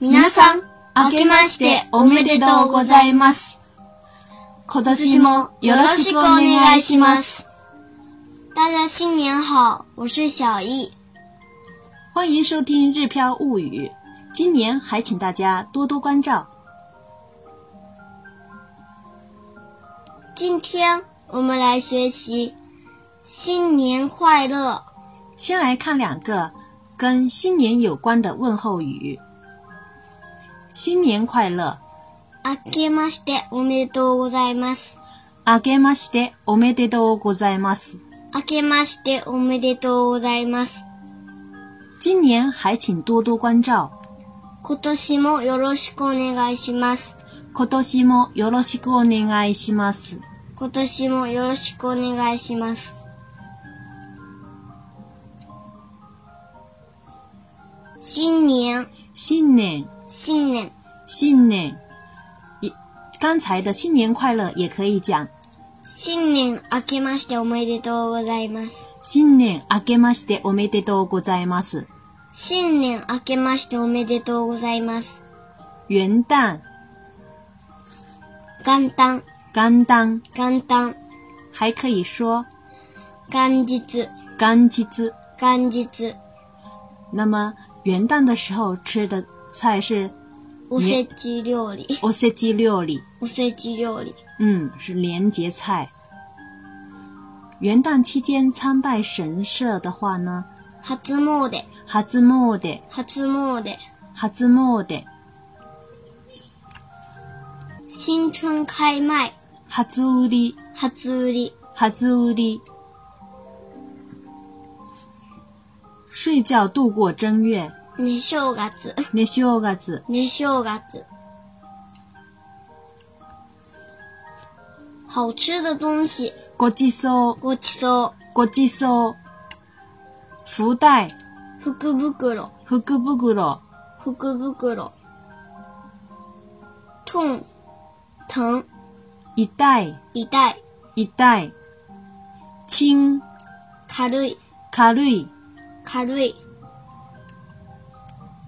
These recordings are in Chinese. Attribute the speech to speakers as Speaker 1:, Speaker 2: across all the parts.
Speaker 1: 皆さん、明けましておめでとうございます。今年もよろしくお願いします。大家新年好，我是小易。
Speaker 2: 欢迎收听《日飘物语》，今年还请大家多多关照。
Speaker 1: 今天我们来学习“新年快乐
Speaker 2: 先来看两个跟新年有关的问候语：新年快乐，”。
Speaker 1: 明けましておめでとうございます。
Speaker 2: 明けましておめでとうございます。
Speaker 1: 明けましておめでとうございます。
Speaker 2: 今年还请多多关照。
Speaker 1: 今年もよろしくお願いします。
Speaker 2: 今年もよろしくお願いします。
Speaker 1: 今年もよろしくお願いします。新年、
Speaker 2: 新年，
Speaker 1: 新年、
Speaker 2: 新年，一刚才的新年快乐也可以讲
Speaker 1: 新年明けましておめでとうございます。
Speaker 2: 新年啊明けましておめでとうございます。
Speaker 1: 新年明けましておめでとうございます。
Speaker 2: 元旦、
Speaker 1: 元旦、
Speaker 2: 元旦，
Speaker 1: 元旦、
Speaker 2: 还可以说
Speaker 1: 元日、
Speaker 2: 干吉子。
Speaker 1: 元日、
Speaker 2: 那么元旦的时候吃的菜是
Speaker 1: おせち料理、
Speaker 2: おせち料理，
Speaker 1: おせち料理、
Speaker 2: 嗯，是年节菜。元旦期间参拜神社的话呢，
Speaker 1: 初詣、
Speaker 2: 初詣、
Speaker 1: 初詣、
Speaker 2: 初詣、
Speaker 1: 新春開前、
Speaker 2: 初売り、
Speaker 1: 初売り、
Speaker 2: 初売り。睡觉度过正月，
Speaker 1: 寝正月、
Speaker 2: 寝正月。
Speaker 1: 寝正月。好吃的东西、
Speaker 2: ごちそう、
Speaker 1: ごちそ
Speaker 2: ごちそう。福袋、
Speaker 1: う、福袋、
Speaker 2: 福
Speaker 1: 福
Speaker 2: 袋、
Speaker 1: 袋。痛、疼、
Speaker 2: 痛い、
Speaker 1: 痛い、
Speaker 2: 痛い。轻、
Speaker 1: 軽い、
Speaker 2: 軽い、
Speaker 1: 軽い。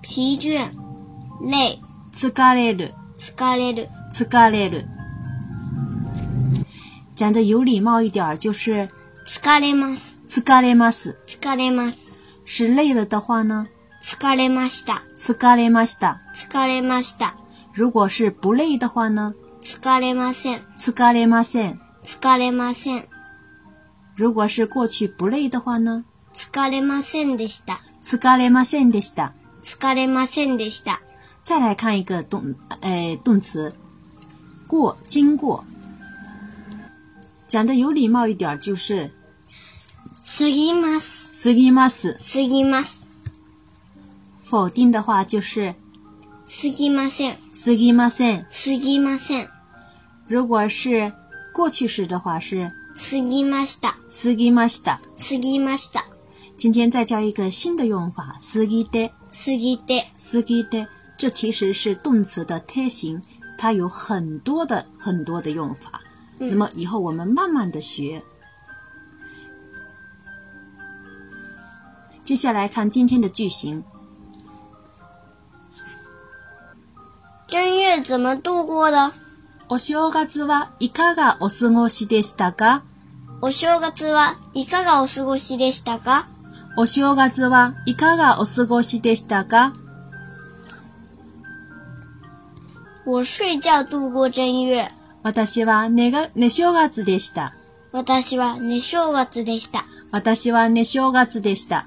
Speaker 1: 疲倦、累、
Speaker 2: 疲れる、
Speaker 1: 疲れる。
Speaker 2: 疲れる。讲的有礼貌一点儿，就是
Speaker 1: 疲れます、
Speaker 2: 疲れます。
Speaker 1: 疲れます。
Speaker 2: 是累了的话呢，
Speaker 1: 疲れました、
Speaker 2: 疲れました。
Speaker 1: 疲れました。
Speaker 2: 如果是不累的话呢，
Speaker 1: 疲れません、
Speaker 2: 疲れません。
Speaker 1: 疲れません。
Speaker 2: 如果是过去不累的话呢，
Speaker 1: 疲れませんでした。
Speaker 2: 疲れませんでした。
Speaker 1: 疲れませんでした。
Speaker 2: 再来看一个动，呃，动词，过，经过。讲的有礼貌一点儿就是
Speaker 1: 過ぎます。
Speaker 2: すぎます。
Speaker 1: 過ぎます。
Speaker 2: 否定的话就是
Speaker 1: 過ぎません。
Speaker 2: すぎません。
Speaker 1: 過ぎません。
Speaker 2: 如果是过去式的话是
Speaker 1: 過ぎました。
Speaker 2: すぎました。
Speaker 1: 過ぎました。
Speaker 2: 今天再教一个新的用法，すぎて。
Speaker 1: 過ぎて。
Speaker 2: s k i d 这其实是动词的贴形，它有很多的很多的用法。那么以后我们慢慢的学。接下来看今天的句型，
Speaker 1: 正月怎么度过的
Speaker 2: お正月はいかがお過ごしでしたか？
Speaker 1: お正月はいかがお過ごしでしたか
Speaker 2: お正月はいかがお過ごしでしたか？
Speaker 1: 我睡觉度过正月。
Speaker 2: 私は寝が寝正月でした。
Speaker 1: 私は寝正月でした。
Speaker 2: 私は寝正月でした。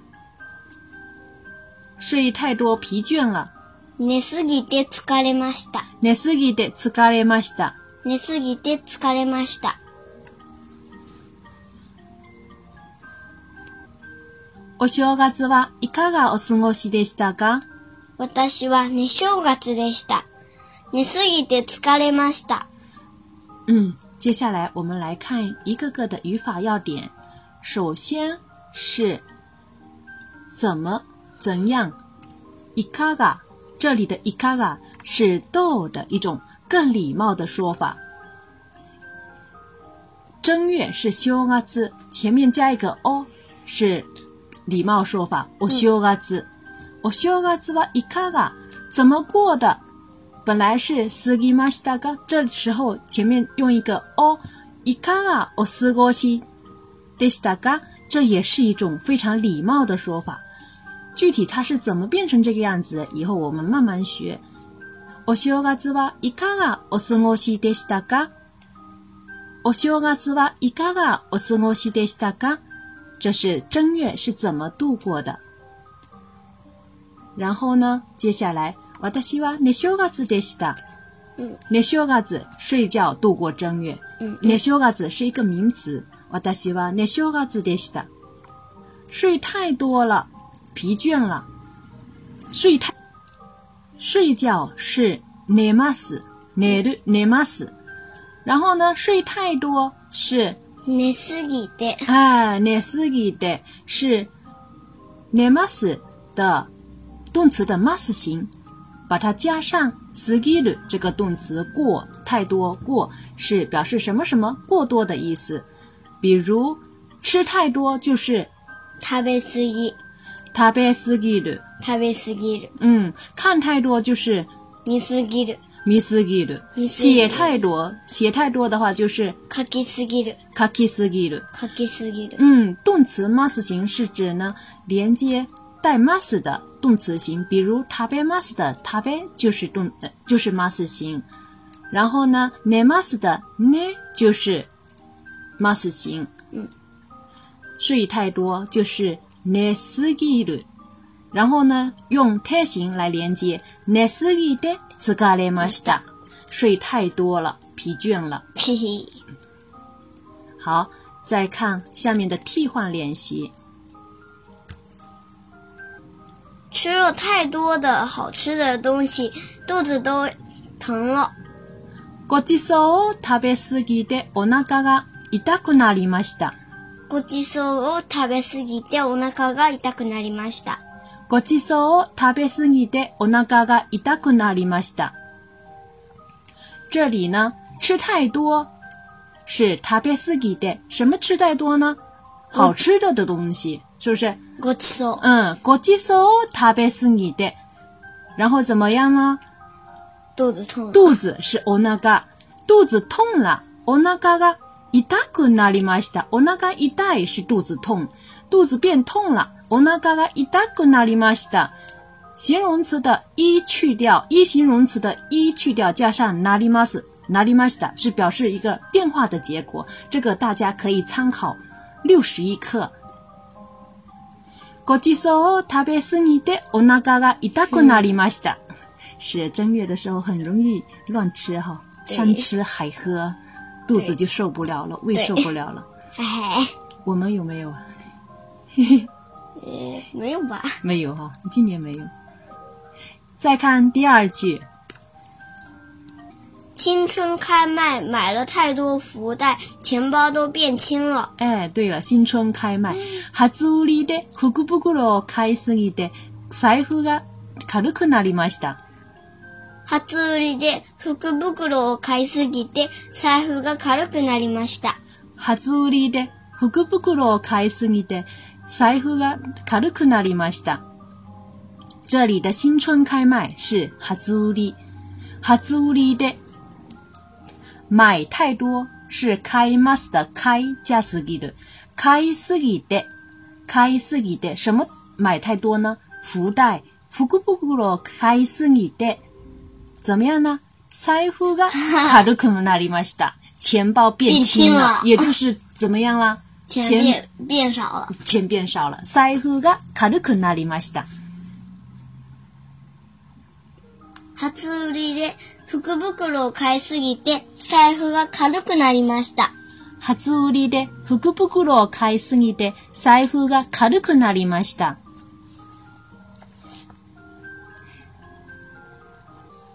Speaker 2: 睡太多疲倦了。
Speaker 1: 寝すぎて疲れました。
Speaker 2: 寝すぎて疲れました。
Speaker 1: 寝すぎて疲れました。
Speaker 2: お正月はいかがお過ごしでしたか
Speaker 1: 私は寝正月でした。寝すぎて疲れました。
Speaker 2: 嗯，接下来我们来看一个个的语法要点。首先是怎么怎样，いかが这里的いかが是逗的一种更礼貌的说法。正月是正月，前面加一个哦お是礼貌说法。お正月，お正月はいかが怎么过的？本来是すぎましたが，这时候前面用一个哦，いかがお過ごしでしたか？这也是一种非常礼貌的说法。具体它是怎么变成这个样子，以后我们慢慢学。お正月はいかがお過ごしでしたか？お正月はいかがお過ごしでしたか？这是正月是怎么度过的？然后呢，接下来私は寝正月でした。
Speaker 1: 嗯
Speaker 2: 寝正月睡觉度过正月。
Speaker 1: 嗯
Speaker 2: 寝正月是一个名词，私は寝正月でした。睡太多了，疲倦了。睡太睡觉是寝ます，寝る寝ます。然后呢，睡太多是
Speaker 1: 寝すぎて。
Speaker 2: 哎，寝すぎて是寝ます的动词的 mas 形，把它加上すぎる这个动词过太多过是表示什么什么过多的意思。比如吃太多就是
Speaker 1: 食べすぎ。
Speaker 2: 食べすぎる，
Speaker 1: 食べすぎる。
Speaker 2: 嗯，看太多就是
Speaker 1: 見すぎる。
Speaker 2: 見すぎる，
Speaker 1: 見すぎる
Speaker 2: 写太多写太多的话就是
Speaker 1: 書きすぎる。
Speaker 2: 書きすぎる。
Speaker 1: 書きすぎる。
Speaker 2: 嗯，动词 mas 形是指呢连接带 mas 的动词形，比如食べ mas 的食べ就是动呃就是 mas 形，然后呢寝 mas 的寝就是 mas 形。
Speaker 1: 嗯，
Speaker 2: 睡太多就是寝すぎる，然后呢用太形来连接寝すぎて疲れました，睡太多了，疲倦了。
Speaker 1: ひひ。
Speaker 2: 好，再看下面的替换练习。
Speaker 1: 吃了太多的好吃的东西，肚子都疼了。
Speaker 2: ごちそうを食べ過ぎてお腹が痛くなりました。
Speaker 1: ごちそうを食べすぎてお腹が痛くなりました。
Speaker 2: ごちそうを食べ過ぎてお腹が痛くなりました。这里呢，吃太多是食べ過ぎて，什么吃太多呢？好吃的的东西，是不是？
Speaker 1: ごちそう。
Speaker 2: 嗯，ごちそうを食べ過ぎて，然后怎么样呢？
Speaker 1: 肚子疼了。
Speaker 2: 肚子是お腹，肚子痛了，お腹が痛くなりました。お腹痛い是肚子痛，肚子变痛了，お腹が痛くなりました。形容词的一去掉，一形容词的一去掉，加上なります，なりました是表示一个变化的结果。这个大家可以参考六十一课。ごちそうを食べ過ぎてお腹が痛くなりました。是正月的时候很容易乱吃哈，
Speaker 1: 对
Speaker 2: 山吃海喝，肚子
Speaker 1: 对
Speaker 2: 就受不了了，胃
Speaker 1: 对
Speaker 2: 受不了 了。
Speaker 1: 哎，
Speaker 2: 我们有没有啊？
Speaker 1: 呃没有吧？
Speaker 2: 没有啊哈、今年没有。再看第二句，
Speaker 1: 青春开麦，买了太多福袋，钱包都变轻了。
Speaker 2: 哎，对了，新春开卖，初売りで福袋を買いすぎて財布が軽くなりました。
Speaker 1: 初売りで福袋を買いすぎて財布が軽くなりました。
Speaker 2: 初売りで福袋を買いすぎて財布が軽くなりました。这里的新春开卖是初売り。初売りで买太多是買います的買加すぎる。買いすぎて、買いすぎて什么买太多呢？福袋、福袋を買いすぎて怎么样呢？財布が軽くなりました。钱包变轻
Speaker 1: 变轻
Speaker 2: 了
Speaker 1: 了，
Speaker 2: 也就是怎么样啦？
Speaker 1: 钱变变少了。
Speaker 2: 钱变少了。財布が軽くなりました。
Speaker 1: 初売りで福袋を買いすぎて財布が軽くなりました。
Speaker 2: 初売りで福袋を買いすぎて財布が軽くなりました。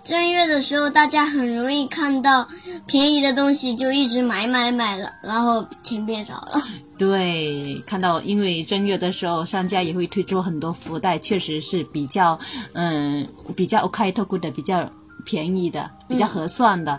Speaker 1: 正月的时候，大家很容易看到便宜的东西就一直买买买了，然后钱变少 了。
Speaker 2: 对，看到因为正月的时候，商家也会推出很多福袋，确实是比较，嗯，比较开拓的，比较便宜的，比较合算的。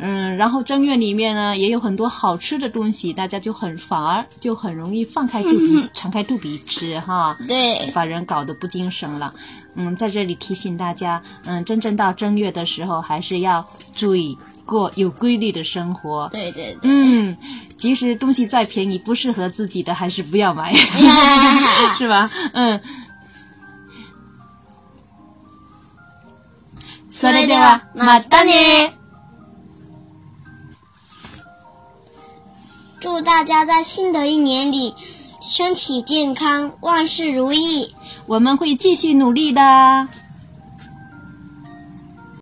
Speaker 2: 嗯，然后正月里面呢也有很多好吃的东西，大家就很反而就很容易放开肚皮，敞开肚皮吃哈，
Speaker 1: 对，
Speaker 2: 把人搞得不精神了。嗯，在这里提醒大家，嗯，真正到正月的时候，还是要注意过有规律的生活。
Speaker 1: 对对对，
Speaker 2: 嗯，即使东西再便宜，不适合自己的，还是不要买， 是吧？嗯。
Speaker 1: それではまたね。祝大家在新的一年里身体健康，万事如意。
Speaker 2: 我们会继续努力的。